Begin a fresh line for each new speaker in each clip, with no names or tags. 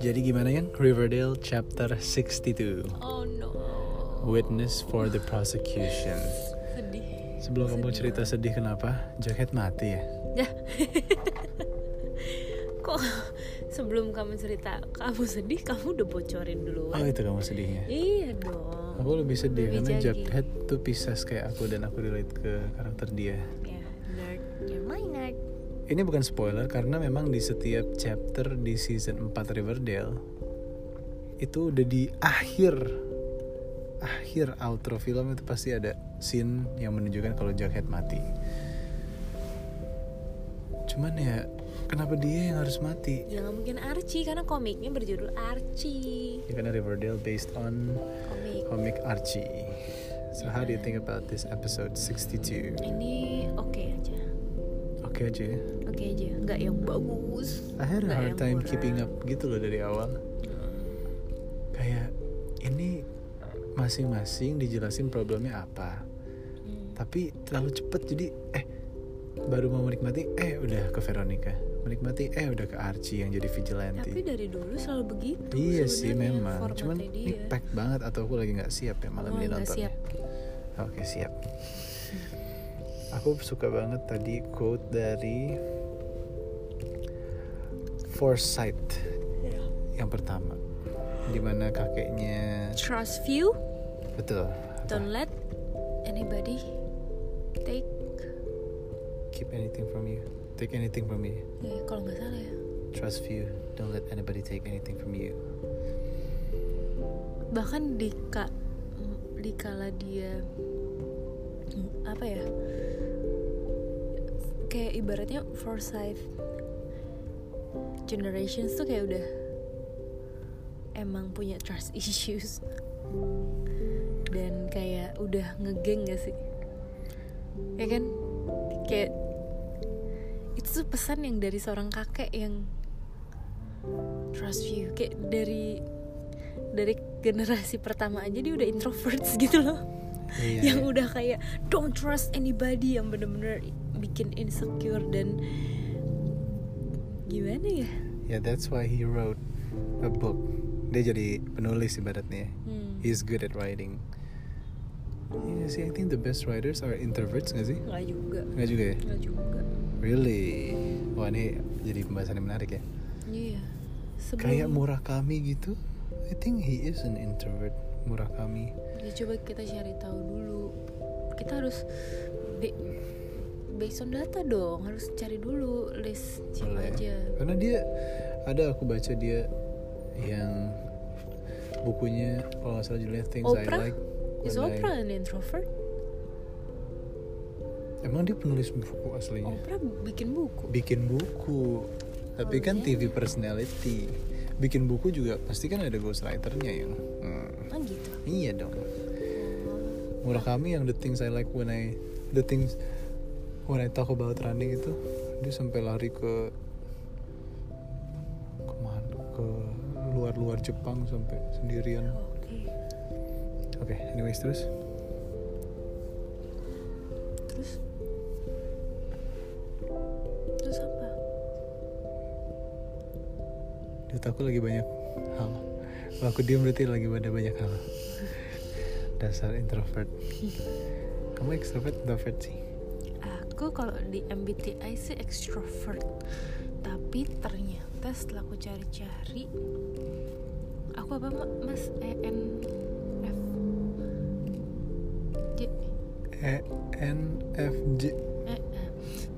Jadi gimana kan? Riverdale chapter 62
Oh no.
Witness for the prosecution
Sedih.
Sebelum kamu cerita sedih kenapa Jaket mati ya?
Ya. Kok sebelum kamu cerita kamu sedih, kamu udah bocorin dulu.
Oh itu kamu sedihnya
Iya dong.
Aku lebih sedih
Lebih
karena
jadi.
Jughead tuh Pisces kayak aku dan aku relate ke karakter dia
Ya, nerd. You're my nerd.
Ini bukan spoiler karena memang di setiap chapter di season 4 Riverdale Itu udah di akhir Akhir outro film itu pasti ada scene yang menunjukkan kalau Jughead mati Cuman ya kenapa dia yang harus mati?
Ya nggak mungkin Archie karena komiknya berjudul Archie.
Ya karena Riverdale based on
Komik.
comic Archie So how do you think about this episode 62?
Ini oke aja.
Oke aja ya
Oke aja. Nggak yang bagus.
I had a
Nggak
hard
yang Hmm.
time
kurang.
keeping up gitu loh dari awal. Kayak ini masing-masing dijelasin problemnya apa.
Hmm.
Tapi terlalu cepet jadi eh baru mau menikmati eh udah ke Veronica. Menikmati eh udah ke Archie yang jadi vigilante.
Tapi dari dulu selalu begitu.
iya sih
sebenarnya
memang.
formatnya
Cuman ini
dia.
pack banget atau aku lagi nggak siap ya malam
Oh,
ini
nggak
nontonnya.
siap.
Oke siap. Aku suka banget tadi quote dari Foresight
Ya.
yang pertama, dimana kakeknya
Trust view.
betul
Don't let anybody take
keep anything from you, take anything from you,
ya, eh, kalau nggak salah ya.
trust you, don't let anybody take anything from you.
Bahkan di ka, m- di kala dia m- apa ya? Kayak ibaratnya Forsyth generations tuh kayak udah emang punya trust issues dan kayak udah ngegeng gak sih ya kan kayak itu tuh pesan yang dari seorang kakek yang trust you kayak dari dari generasi pertama aja dia udah introverts gitu loh
Iya.
yang udah kayak don't trust anybody yang bener-bener bikin insecure dan gimana ya
Yeah, that's why he wrote a book. Dia jadi penulis ibaratnya.
hmm.
He's good at writing. Iya sih, I think the best writers are introverts nggak sih?
nggak juga
Nggak juga ya?
nggak juga
Really? Wah ini jadi pembahasan yang menarik ya.
iya sebelum
Kayak Murakami gitu. I think he is an introvert. Murakami.
Ya, coba kita cari tahu dulu kita harus be- based on data dong harus cari dulu list siapa
Boleh.
aja
Iya. Karena dia ada aku baca dia yang bukunya kalau nggak salah judulnya Things
Oprah?
I Like. When
is
I-
Oprah an introvert
Emang dia penulis buku aslinya?
Oprah bikin buku
Bikin buku. Tapi kan
Harusnya.
TV personality. Bikin buku juga pasti kan ada ghostwriternya yang.
ah gitu
Iya dong.
Oh.
Iya. Murakami yang the things I like when I the things when I talk about running itu dia sampai lari ke kemana ke luar-luar Jepang sampai sendirian.
Oke.
Oke, anyways terus
Terus? Terus apa?
di otak aku lagi banyak hal. Kalau aku diem berarti lagi ada banyak hal. Dasar introvert. Kamu extrovert introvert sih?
Aku kalau di MBTI sih extrovert. Tapi ternyata setelah aku cari-cari aku apa Ma- Mas E ENF J- E,
Eh, ENFJ.
eh, eh.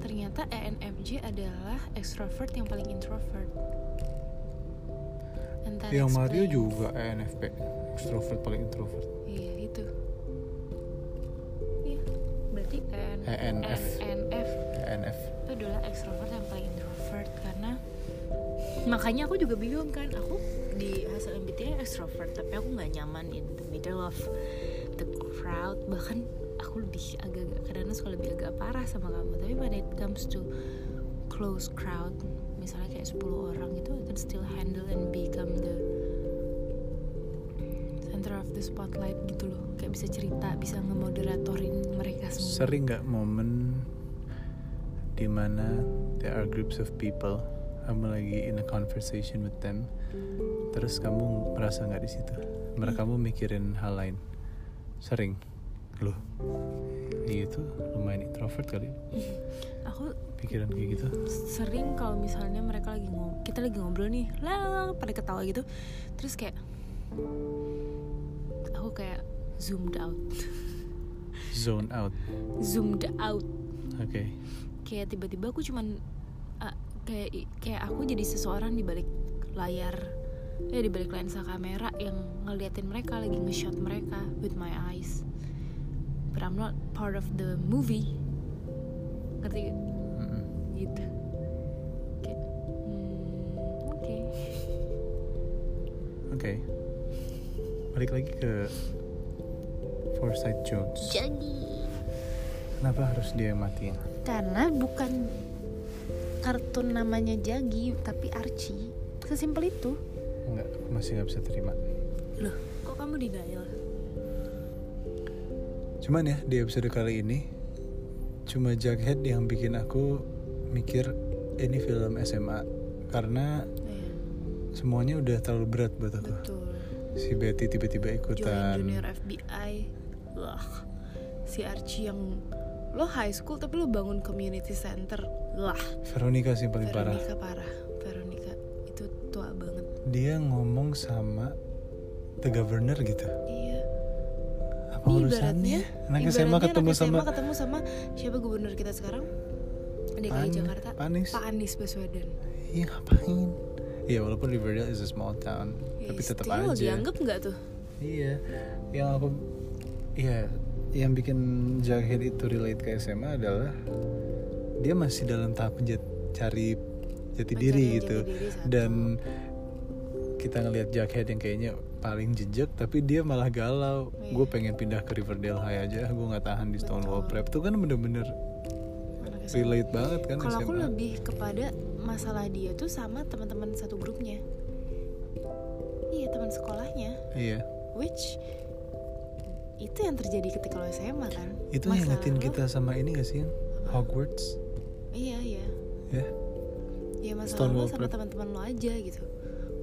ternyata ENFJ adalah extrovert yang paling introvert. And that
Yang Mario
explains-
juga ENFP. Extrovert paling introvert.
Iya itu. Iya. Berarti EN,
ENF.
ENF
ENF.
itu adalah extrovert yang paling introvert karena makanya aku juga bingung kan aku di hasil MBTI extrovert tapi aku nggak nyaman in the middle of the crowd bahkan aku lebih agak-agak kadang suka lebih agak parah sama kamu tapi when it comes to close crowd misalnya kayak 10 orang itu I can still handle and become the center of the spotlight gitu loh kayak bisa cerita bisa ngemoderatorin mereka semua
sering nggak momen dimana there are groups of people kamu lagi in a conversation with them terus kamu merasa nggak di situ mereka kamu mikirin hal lain sering loh dia itu lumayan introvert kali ya,
aku
pikiran kayak gitu
sering kalau misalnya mereka lagi ngobrol kita lagi ngobrol nih lah pada ketawa gitu terus kayak aku kayak zoomed out
zone out
zoomed out
oke
kayak tiba-tiba aku cuman ah, kayak kayak aku jadi seseorang di balik layar ya di balik lensa kamera yang ngeliatin mereka lagi nge-shot mereka with my eyes but I'm not part of the movie ngerti gak?
Mm-mm.
gitu kayak hmm, oke
oke balik lagi ke Forsyth Jones
jadi
kenapa harus dia yang matiin
karena bukan kartun namanya Jagi tapi Archie sesimpel itu
nggak masih nggak bisa terima
loh kok kamu denial
Cuman ya di episode kali ini cuma Jughead yang bikin aku mikir ini film SMA karena semuanya udah terlalu berat buat aku.
betul
Si Betty tiba-tiba
join junior ya?
ikutan.
FBI lah si Archie yang lo high school tapi lo bangun community center lah
Veronica sih yang paling parah.
Veronica parah Veronica itu tua banget
Dia ngomong sama the governor gitu.
iya
Apa
Ini
urusannya? Anak
ibaratnya
SMA ketemu
anak
sama
SMA ketemu sama siapa gubernur kita sekarang DKI
Pan-
Jakarta
Panis.
Pak Anies Baswedan
Iya ngapain? Iya walaupun Riverdale is a small town,
Ya,
tapi tetap aja.
still dianggap nggak tuh
Iya, yang aku, iya, yang bikin Jughead itu relate ke SMA adalah dia masih dalam tahap jat, cari jati
Mencari
diri
jati
gitu,
diri satu.
dan kita ngelihat Jughead yang kayaknya paling jejak, tapi dia malah galau.
Iya.
Gue pengen pindah ke Riverdale High aja, gue nggak tahan di
Betul.
Stonewall Prep. Itu kan bener-bener
Anak SMA.
relate banget kan
Kalau aku
SMA.
lebih kepada masalah dia tuh sama teman-teman satu grupnya. Iya, teman sekolahnya,
Iya,
which itu yang terjadi ketika lo SMA kan.
itu
Masalah
ngingetin
lo-
kita sama ini gak sih? Hogwarts,
Iya, iya.
ya?
Ya masalah
Stonewall
lo sama
Prep.
teman-teman lo aja gitu.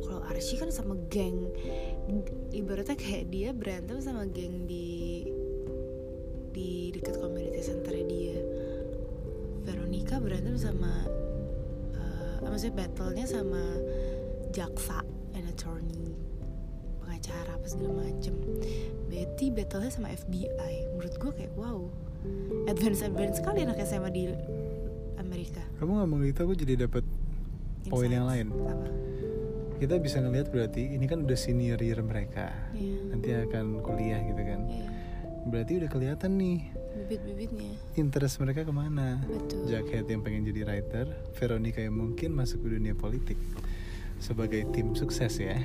Kalau Archie kan sama geng ibaratnya kayak dia berantem sama geng di di dekat community center dia. Veronica berantem sama eh, maksudnya battle-nya sama jaksa and attorney pengacara apa segala macem Betty battle-nya sama FBI menurut gue kayak wow advance advance sekali anak SMA di Amerika
Kamu nggak mau gitu, aku jadi dapat Poin yang lain.
Insights. apa
kita bisa ngelihat berarti ini kan udah senior year mereka
Iya.
nanti akan kuliah gitu kan
Iya,
berarti udah kelihatan nih
bibit-bibitnya
interest mereka kemana
betul
Jughead yang pengen jadi writer Veronica yang mungkin masuk ke dunia politik sebagai tim sukses ya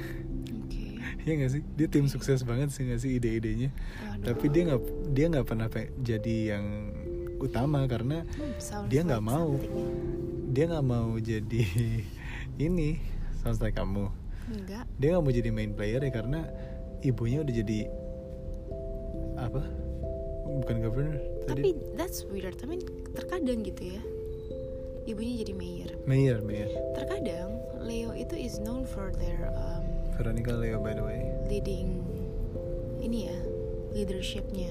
oke
Iya gak sih dia tim sukses banget sih nggak sih ide-idenya
Aduh,
tapi dia nggak dia nggak pernah pe- jadi yang utama karena
hmm, sounds
dia nggak
like
mau.
something ya.
dia nggak mau jadi ini sounds like kamu
enggak
dia nggak mau jadi main player ya karena ibunya udah jadi apa bukan governor
tapi that's weird I mean terkadang gitu ya ibunya jadi mayor
mayor mayor
terkadang Leo itu is known for their um,
Veronica Leo by the way
leading ini ya leadershipnya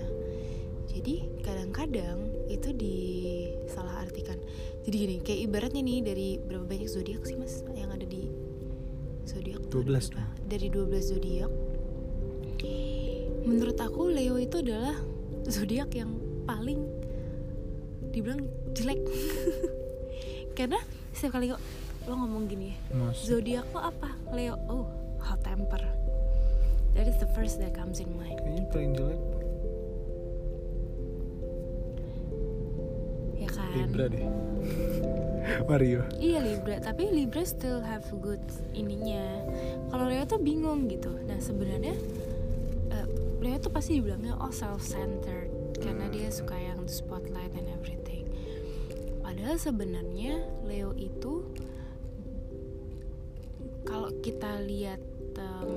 jadi kadang-kadang itu disalah artikan jadi gini kayak ibaratnya nih dari berapa banyak zodiak sih mas yang ada di zodiak tuh ada
12
berapa? dari 12 zodiak menurut aku Leo itu adalah zodiak yang paling dibilang jelek karena setiap kali lo ngomong gini ya
Mas
zodiak lo apa Leo oh hot temper that is the first that comes in mind
kayaknya paling jelek
ya kan
Libra deh Mario
iya Libra tapi Libra still have good ininya kalau Leo tuh bingung gitu nah sebenarnya eh, Leo tuh pasti dibilangnya oh self centered karena dia suka yang spotlight and everything padahal sebenarnya Leo itu kalau kita lihat em,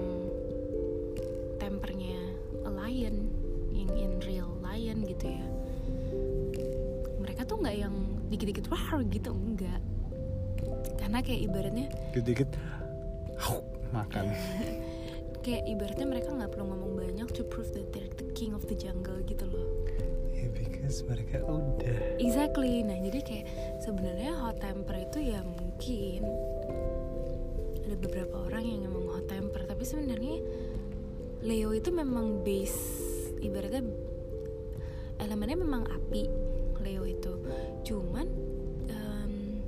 tempernya a lion yang in real lion gitu ya mereka tuh nggak yang dikit-dikit wah gitu enggak karena kayak ibaratnya
dikit-dikit hauk, makan
kayak ibaratnya mereka nggak perlu ngomong banyak to prove that they're the king of the jungle gitu loh
ya because mereka udah
exactly nah jadi kayak sebenarnya hot temper itu ya mungkin ada beberapa orang yang emang hot temper tapi sebenarnya Leo itu memang base ibaratnya elemennya memang api Leo itu cuman em,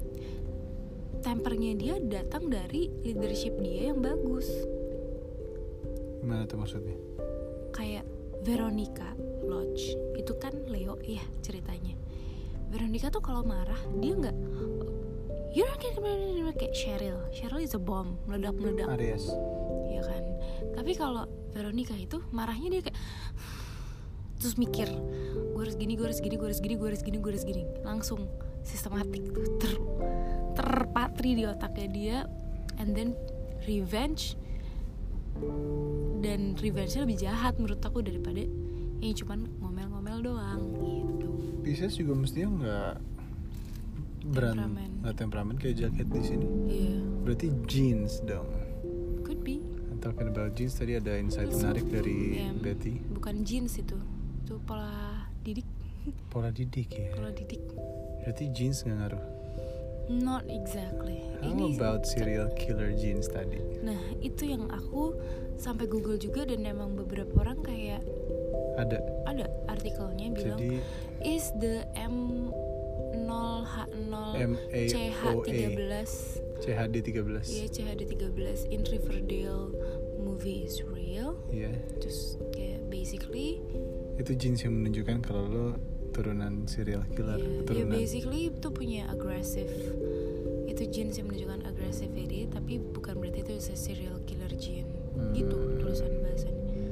tempernya dia datang dari leadership dia yang bagus
gimana tuh maksudnya
kayak Veronica Lodge itu kan Leo ya ceritanya Veronica tuh kalau marah dia nggak you're not gonna-" kayak Cheryl Cheryl is a bomb meledak meledak
Aries
ya kan tapi kalau Veronica itu marahnya dia kayak terus mikir gue harus gini gue harus gini gue harus gini gue harus gini gue harus gini langsung sistematik tuh ter terpatri di otaknya dia and then revenge dan revenge-nya lebih jahat menurut aku daripada yang cuman ngomel-ngomel doang gitu
Pisces juga mestinya nggak beran
Temperamen.
nggak temperamen kayak jaket di sini
iya
berarti jeans dong
could be
And talking about jeans tadi ada insight
Let's
menarik
move
dari
to them.
Betty
bukan jeans itu itu pola didik
pola didik ya
pola didik
berarti jeans nggak ngaruh
not exactly
how about serial killer jeans tadi
Nah, itu yang aku sampai Google juga dan emang beberapa orang kayak
ada
ada artikelnya bilang
jadi
is the M 0H0 CH13
MAOA CHD 13
ya CHD13 in Riverdale movie is real
Iya,
terus kayak basically
itu jeans yang menunjukkan kalau lo turunan serial killer,
ya, ya
turunan
basically itu punya agresif itu jeans yang menunjukkan agresivity tapi bukan berarti itu is a serial killer gene gitu
Hmm. Iya.
tulisan bahasannya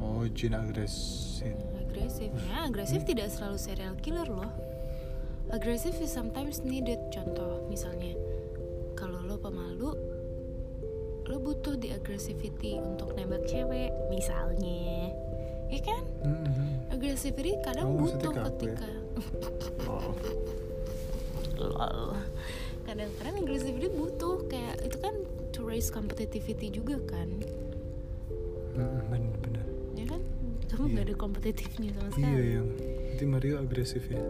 oh jean agresif.
Agresif. Ya, agresif tidak selalu serial killer loh. Agresif is sometimes needed. Contoh misalnya, kalau lo pemalu, lo butuh di agresivity untuk nembak cewek, misalnya. Ya kan?
Mhm.
Agresivity kadang
Oh, maksudnya
butuh
ke aku ya?
ketika
Oh,
lol. Kadang-kadang agresivity butuh kayak itu kan to raise competitivity juga kan.
mhm, bener-bener.
Ya kan? Kamu
Iya.
nggak ada kompetitifnya sama sekali.
Iya yang, nanti Mario agresif ya. Iya,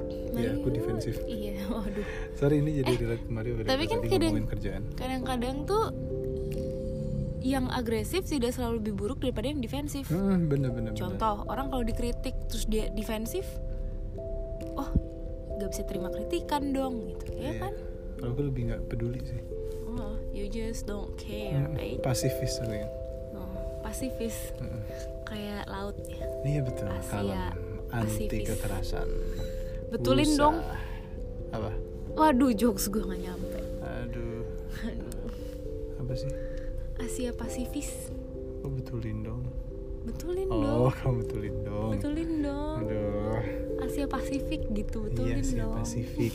aku
Mario-
defensif.
Iya, waduh.
Sorry ini jadi relate ke Mario gara-gara
tapi kan
tadi
kadang-
ngomongin kerjaan.
kadang-kadang tuh yang agresif tidak selalu lebih buruk daripada yang defensif.
Mhm, bener-bener.
Contoh, orang kalau dikritik terus dia defensif, oh gak bisa terima kritikan dong gitu, ya
Iya.
kan?
Kalau aku lebih nggak peduli sih.
Oh, you just don't care,
Mhm,
right?
Pasifis soalnya. kan.
Oh, pasifis
Mhm.
kayak laut ya.
Iya betul.
Asia
Kalau anti
pasifis.
kekerasan.
Betulin
Usah.
dong.
Apa?
Waduh, jokes gue gak nyampe.
Aduh,
Aduh,
apa sih?
Asia pasifis.
Kok betulin dong?
Betulin
Oh,
dong.
kamu betulin dong.
Betulin dong.
Aduh.
Asia Pasifik gitu,
iya
betulin
sih
dong.
Pasifik.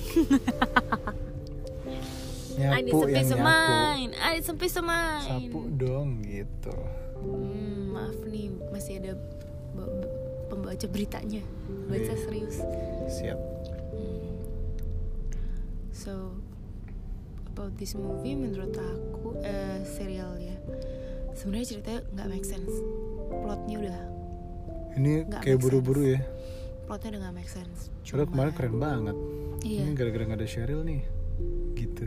I need
nyapu
some
yang
peace of
nyapu.
mind. I need some peace of mind.
Sapu dong gitu.
Hmm, maaf nih, masih ada b- b- pembaca beritanya. Baca
Iya.
serius.
Siap.
Hmm. So about this movie menurut aku eh serial ya. Sebenarnya ceritanya nggak make sense. Plotnya udah,
Ini
Nggak
kayak
make
buru-buru ya.
plotnya udah nggak make sense.
Padahal kemarin keren banget.
Iya.
Ini gara-gara gak ada Cheryl nih. Gitu.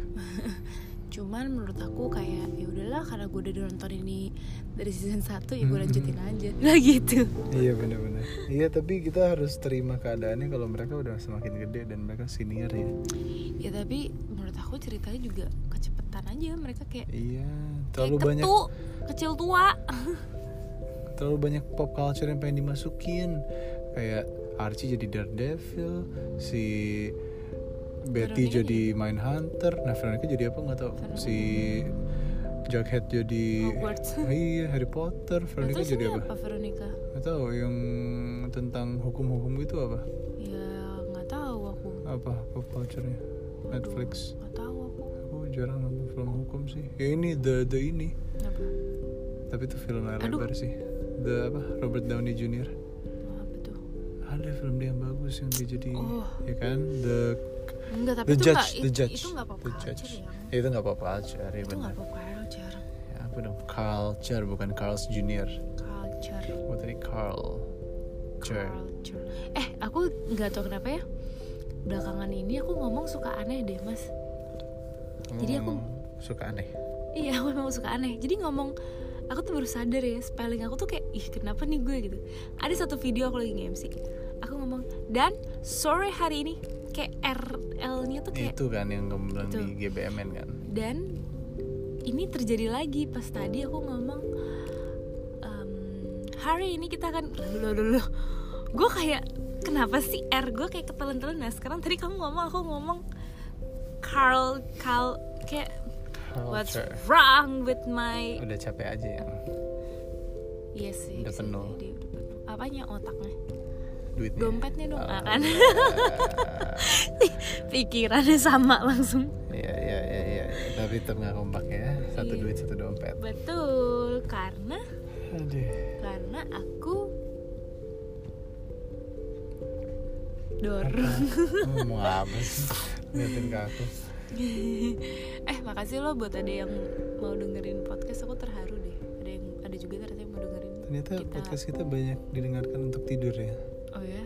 Cuman menurut aku kayak ya udahlah karena gue udah nonton ini dari season 1 ya gue lanjutin aja. Lah gitu.
iya benar-benar. Iya tapi kita harus terima keadaannya kalau mereka udah semakin gede dan mereka senior ya.
Ya tapi menurut aku ceritanya juga kecepetan aja mereka kayak
Iya.
kayak
Terlalu banyak
ketu, kecil tua.
terlalu banyak pop culture yang pengen dimasukin kayak Archie jadi Daredevil si Betty
Veronica
jadi Mindhunter nah Veronica jadi apa nggak tahu
Veronica.
si Jughead jadi
Hogwarts.
iya Harry Potter Veronica
Terus
jadi
ini
apa
apa Veronica?
nggak tahu yang tentang hukum-hukum gitu apa
Ya nggak tahu aku.
apa pop culture-nya Ah, Netflix
Nggak tahu aku.
aku jarang nonton film hukum sih ya ini the the ini
Apa?
tapi itu film layar
Aduh.
lebar sih the apa Robert Downey Jr
Apa tuh?
ada film dia yang bagus yang dia jadi
Oh.
ya kan the
Enggak,
The
tapi itu
judge,
nggak-
the
itu-
judge,
itu nggak pop
the
culture
judge.
ya.
Ya, itu nggak apa-apa culture, ya
Itu
benar.
nggak pop culture,
Ya, apa dong? Culture bukan Carl's Junior.
culture,
Gue tadi Carl. Culture.
culture. Eh, aku nggak tahu kenapa ya. Belakangan ini aku ngomong suka aneh deh, Mas.
Kamu
Jadi aku-
ngomong suka aneh.
Iya, aku memang suka aneh. Jadi ngomong aku tuh baru sadar ya spelling aku tuh kayak ih kenapa nih gue gitu. Ada satu video aku lagi nge-MC. Aku ngomong dan sore hari ini kayak RL-nya tuh kayak
itu kan yang kamu bilang
Itu.
di GBMN kan.
dan ini terjadi lagi pas tadi aku ngomong em, hari ini kita akan loh loh loh gue kayak kenapa sih R gue kayak ketelan-telan nah sekarang tadi kamu ngomong aku ngomong Carl Carl kayak what's
Culture.
wrong with my
Udah capek aja ya.
iya sih
Udah
bisa
penuh.
jadi, udah penuh. apanya otaknya
Duitnya.
dompetnya dong
Oh,
ah, kan
iya.
pikirannya sama langsung
Iya iya iya iya. Tapi tetap nggak kompak ya. Satu
Iya.
duit satu dompet.
betul karena
Aduh.
karena aku dor
Lu Ngomong apa sih? Liatin ke aku.
eh makasih lo buat ada yang mau dengerin podcast aku terharu deh ada yang ada juga ternyata yang mau dengerin
Ternyata
Kita-
podcast kita banyak didengarkan untuk tidur ya.
oh ya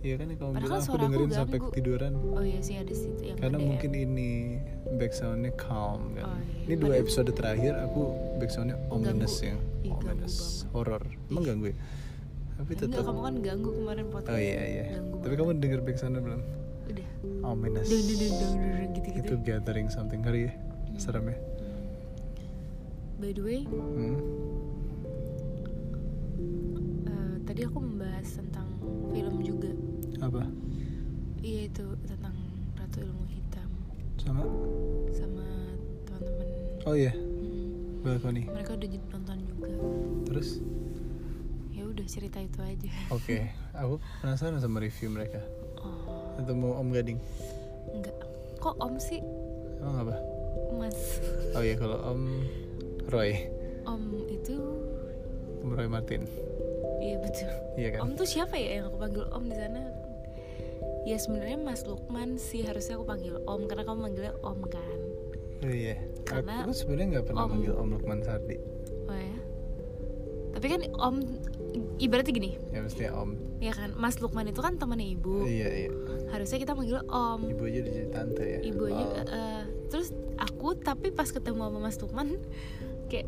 Iya kan yang kamu
Padahal
bilang aku
suara aku
dengerin sampai
ganggu.
ketiduran.
oh ya sih ada sih yang
Karena
ada ya.
mungkin ini backsoundnya calm kan.
Oh, iya.
Ini dua
Padahal-
episode terakhir aku backsoundnya ominous ya.
Ih, ganggu
Ominous, horror. Emang ganggu ya? Tapi
Enggak,
tetap.
kamu kan ganggu kemarin podcast
Oh iya iya.
ganggu
Tapi
banget.
kamu denger backsoundnya belum?
udah
Ominous.
dung dung dung dung dung, dung, gitu gitu
Itu gathering something kali ya.
Hmm.
Serem ya.
by the way
Hmm.
eh, tadi aku membahas tentang film juga
Apa?
iya itu tentang ratu ilmu hitam
Sama?
sama teman-teman
Oh iya,
Hmm,
balkoni.
mereka udah j- nonton juga
Terus?
ya udah cerita itu aja
Oke, aku penasaran sama review mereka.
oh
Ketemu Om Gading.
enggak kok om sih
Emang apa?
mas
Oh iya, kalau Om Roy,
om itu
Om Roy Martin.
iya betul
Iya kan?
om tuh siapa ya yang aku panggil om di sana ya sebenarnya mas lukman sih harusnya aku panggil om karena kamu manggilnya om kan
Oh iya.
Karena
aku sebenarnya nggak pernah
Om-
manggil Om Lukman Sardi.
oh ya tapi kan om ibaratnya gini
Ya mestinya Om.
ya kan mas lukman itu kan temannya ibu
Iya iya.
harusnya kita manggil om
Ibu aja udah jadi tante ya.
ibu aja
Oh.
eh, eh, terus aku tapi pas ketemu sama Mas Lukman kayak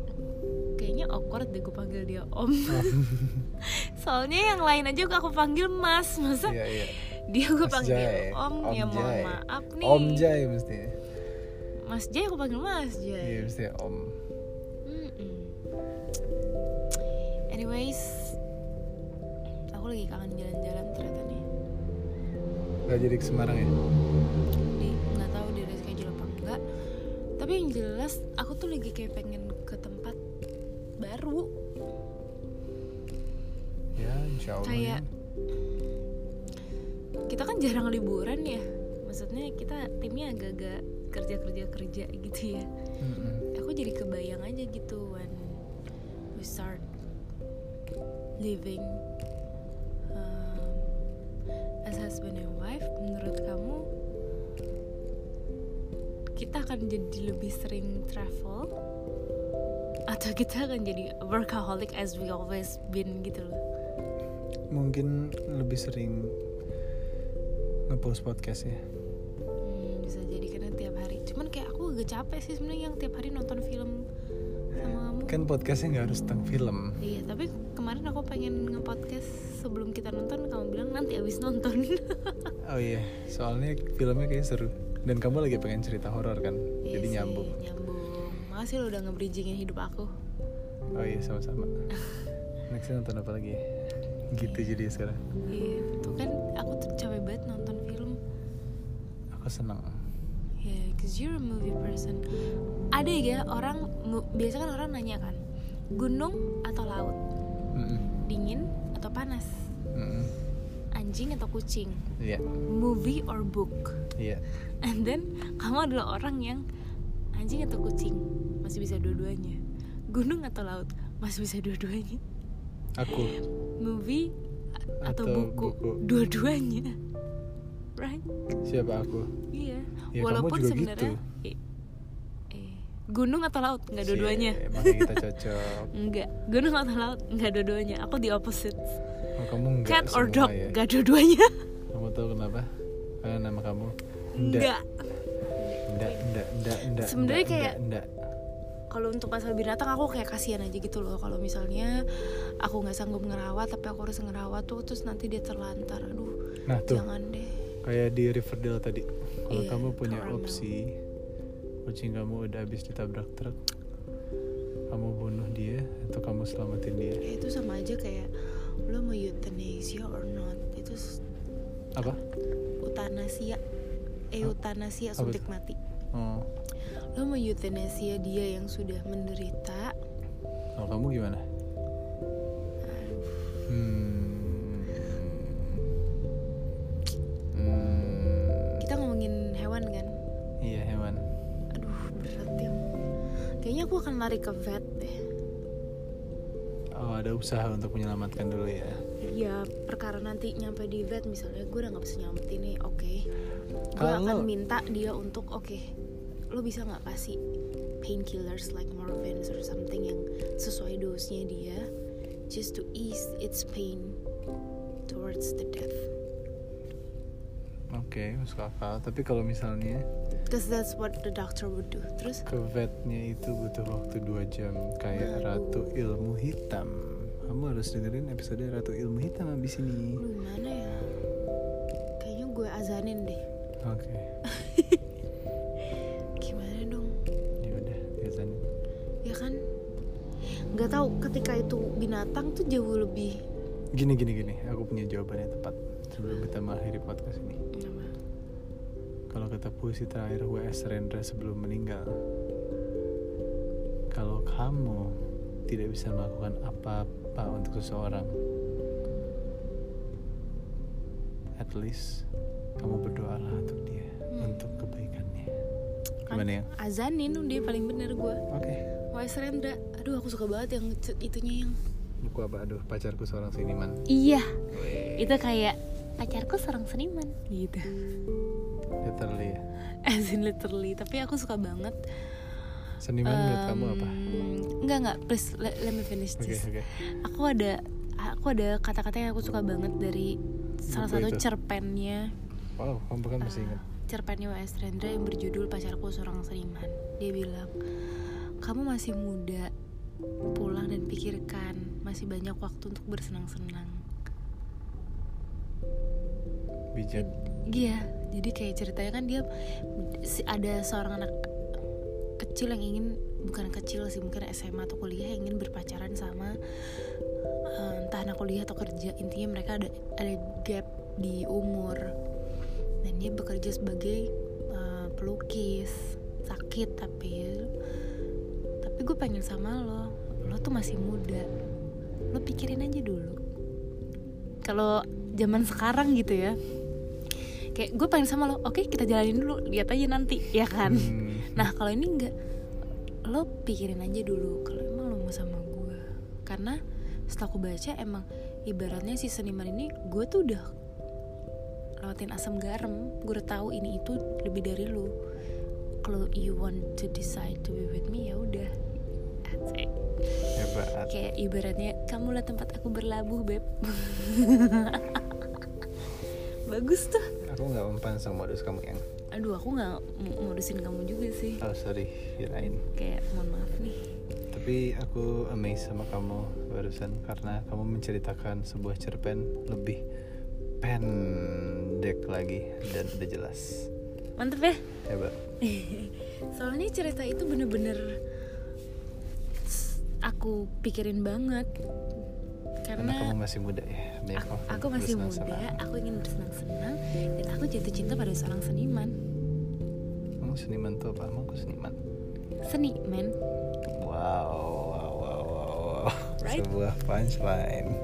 kayaknya awkward deh gue panggil dia om soalnya yang lain aja aku panggil mas masa
Iya iya.
dia gue
Mas
panggil
Jai.
om,
Om
ya mohon
Jai.
maaf nih
Om Jai mestinya.
mas Jai aku panggil mas
Iya
Jai
mestinya Om.
Mm-mm. anyways aku lagi kangen jalan-jalan ternyata nih
Gak jadi ke Semarang ya?
di nggak tahu dia udah schedule apa enggak tapi yang jelas aku tuh lagi kayak pengen ke tempat baru
Ya insya Allah.
Kayak-
ya.
kita kan jarang liburan ya maksudnya kita timnya agak-agak kerja kerja kerja gitu ya
Mm-mm.
aku jadi kebayang aja gitu when we start living um, uh, as husband and wife menurut kamu kita akan jadi lebih sering travel atau kita akan jadi workaholic as we always been gitu loh
Mungkin lebih sering ngepost podcast ya.
Hmm, bisa jadi karena tiap hari cuman kayak aku agak capek sih sebenarnya yang tiap hari nonton film sama kamu
Kan podcastnya nggak harus tentang film.
Iya, tapi kemarin aku pengen nge-podcast sebelum kita nonton kamu bilang nanti abis nonton.
Oh iya, soalnya filmnya kayaknya seru. Dan kamu lagi pengen cerita horor kan?
Iya
Jadi
sih,
nyambung.
Nyambung. Makasih lo udah nge-bridgingin hidup aku.
Oh iya, sama-sama. Next nonton apa lagi? ya? Gitu jadi sekarang.
Iya, tuh kan aku tuh capek banget nonton film.
Aku senang.
Ya, cause you're a movie person. Ada ya orang mu- biasa kan orang nanya kan, gunung atau laut,
Mm-mm.
dingin atau panas,
Mm-mm.
anjing atau kucing,
Iya,
movie or book.
iya.
And then kamu adalah orang yang anjing atau kucing masih bisa dua-duanya, gunung atau laut masih bisa dua-duanya,
Aku
movie a- atau,
Atau
buku,
buku.
dua-duanya, right
siapa aku
iya
Ya, kamu
walaupun
juga
sebenarnya i- eh, gunung atau laut
Iya.
nggak dua-duanya
Cie, makanya kita cocok
Enggak, gunung atau laut nggak dua-duanya. Aku di opposite.
oh, kamu enggak
Cat or
semua
dog
ya
nggak dua-duanya.
kamu tahu kenapa karena nama kamu
Enggak.
enggak enggak enggak enggak
Sebenarnya kayak-
enggak
Kalau untuk masalah binatang aku kayak kasihan aja gitu loh. Kalau misalnya aku nggak sanggup ngerawat tapi aku harus ngerawat tuh terus nanti dia terlantar. Aduh,
nah tuh
jangan deh.
kayak di Riverdale tadi kalau
Iya,
kamu punya
Coronel.
opsi kucing kamu udah habis ditabrak truk kamu bunuh dia atau kamu selamatin dia
Ya, itu sama aja kayak lo mau euthanasia or not. Itu s-
apa
eutanasia. Eh,
Hah?
eutanasia
Apa
suntik
tuh?
mati.
oh
Lo mau euthanasia dia yang sudah menderita.
kalau kamu gimana
Aduh,
hmm. Hmm.
kita ngomongin hewan kan.
iya hewan
Aduh berat ya Kayaknya aku akan lari ke vet deh
oh ada usaha untuk menyelamatkan dulu ya
Ya perkara nanti nyampe di vet misalnya gue udah gak bisa nyelamatin nih Oke Gue
Kalau-
akan minta dia untuk oke Lo bisa gak kasih painkillers like morphine or something yang sesuai dosnya dia Just to ease its pain towards the death
oke masuk akal tapi kalau misalnya
Because that's what the doctor would do Terus
ke vetnya itu butuh waktu 2 jam kayak
Waduh.
ratu ilmu hitam kamu harus dengerin episode ratu ilmu hitam abis ini
lu gimana ya Kayaknya gue azanin deh
oke
Gimana dong
ya udah biasanya
ya kan nggak tahu ketika itu binatang tuh jauh lebih
gini gini gini aku punya jawabannya tepat sebelum kita mengakhiri podcast ini kalau kata puisi terakhir W.S. Rendra sebelum meninggal kalau kamu tidak bisa melakukan apa-apa untuk seseorang at least kamu berdoalah untuk dia
Hmm.
untuk kebaikannya
Kan?
gimana ya
azanin dong dia paling bener gue
oke
Wes Rendra aduh aku suka banget yang cet- itunya yang
buku apa aduh pacarku seorang seniman
iya itu kayak pacarku seorang seniman gitu
literally ya
as in literally tapi aku suka banget
seniman buat kamu apa
Enggak enggak please let, let me finish
oke
this
oke
aku ada aku ada kata-kata yang aku suka banget dari salah
Buku
satu
itu.
cerpennya
wow kamu bahkan masih ingat
cerpennya W.S. Rendra yang berjudul Pacarku Seorang Seniman Dia bilang, kamu masih muda, pulang dan pikirkan Masih banyak waktu untuk bersenang-senang
bijak
Iya, jadi kayak ceritanya kan dia si- ada seorang anak kecil yang ingin bukan kecil sih mungkin SMA atau kuliah yang ingin berpacaran sama eh, entah anak kuliah atau kerja intinya mereka ada ada gap di umur dan dia bekerja sebagai eh, pelukis sakit tapi tapi gue pengen sama lo lo tuh masih muda lo pikirin aja dulu kalau zaman sekarang gitu ya kayak gue pengen sama lo oke kita jalanin dulu lihat aja nanti ya kan
Hmm.
Nah kalau ini enggak Lo pikirin aja dulu Kalau emang lo mau sama gue Karena setelah aku baca emang Ibaratnya si seniman ini Gue tuh udah lewatin asam garam Gue udah tahu ini itu lebih dari lo Kalau you want to decide to be with me ya udah Asik.
hebat
Kayak ibaratnya Kamulah tempat aku berlabuh beb Bagus tuh
aku nggak mempan sama modus kamu yang
Aduh aku gak ngurusin kamu juga sih
oh sorry kirain
Kayak mohon maaf nih
tapi aku amazed sama kamu barusan karena kamu menceritakan sebuah cerpen lebih pendek lagi dan udah jelas
Mantep ya
hebat
Soalnya cerita itu bener-bener s- aku pikirin banget
karena kamu
karena
masih muda ya banyak
aku,
waktu
aku
untuk
masih muda,
bersenang-senang.
aku ingin bersenang-senang dan aku jatuh cinta pada seorang seniman.
kamu seniman tuh apa emang aku seniman
Seni, men.
wow wow wow wow, wow.
Right?
sebuah punchline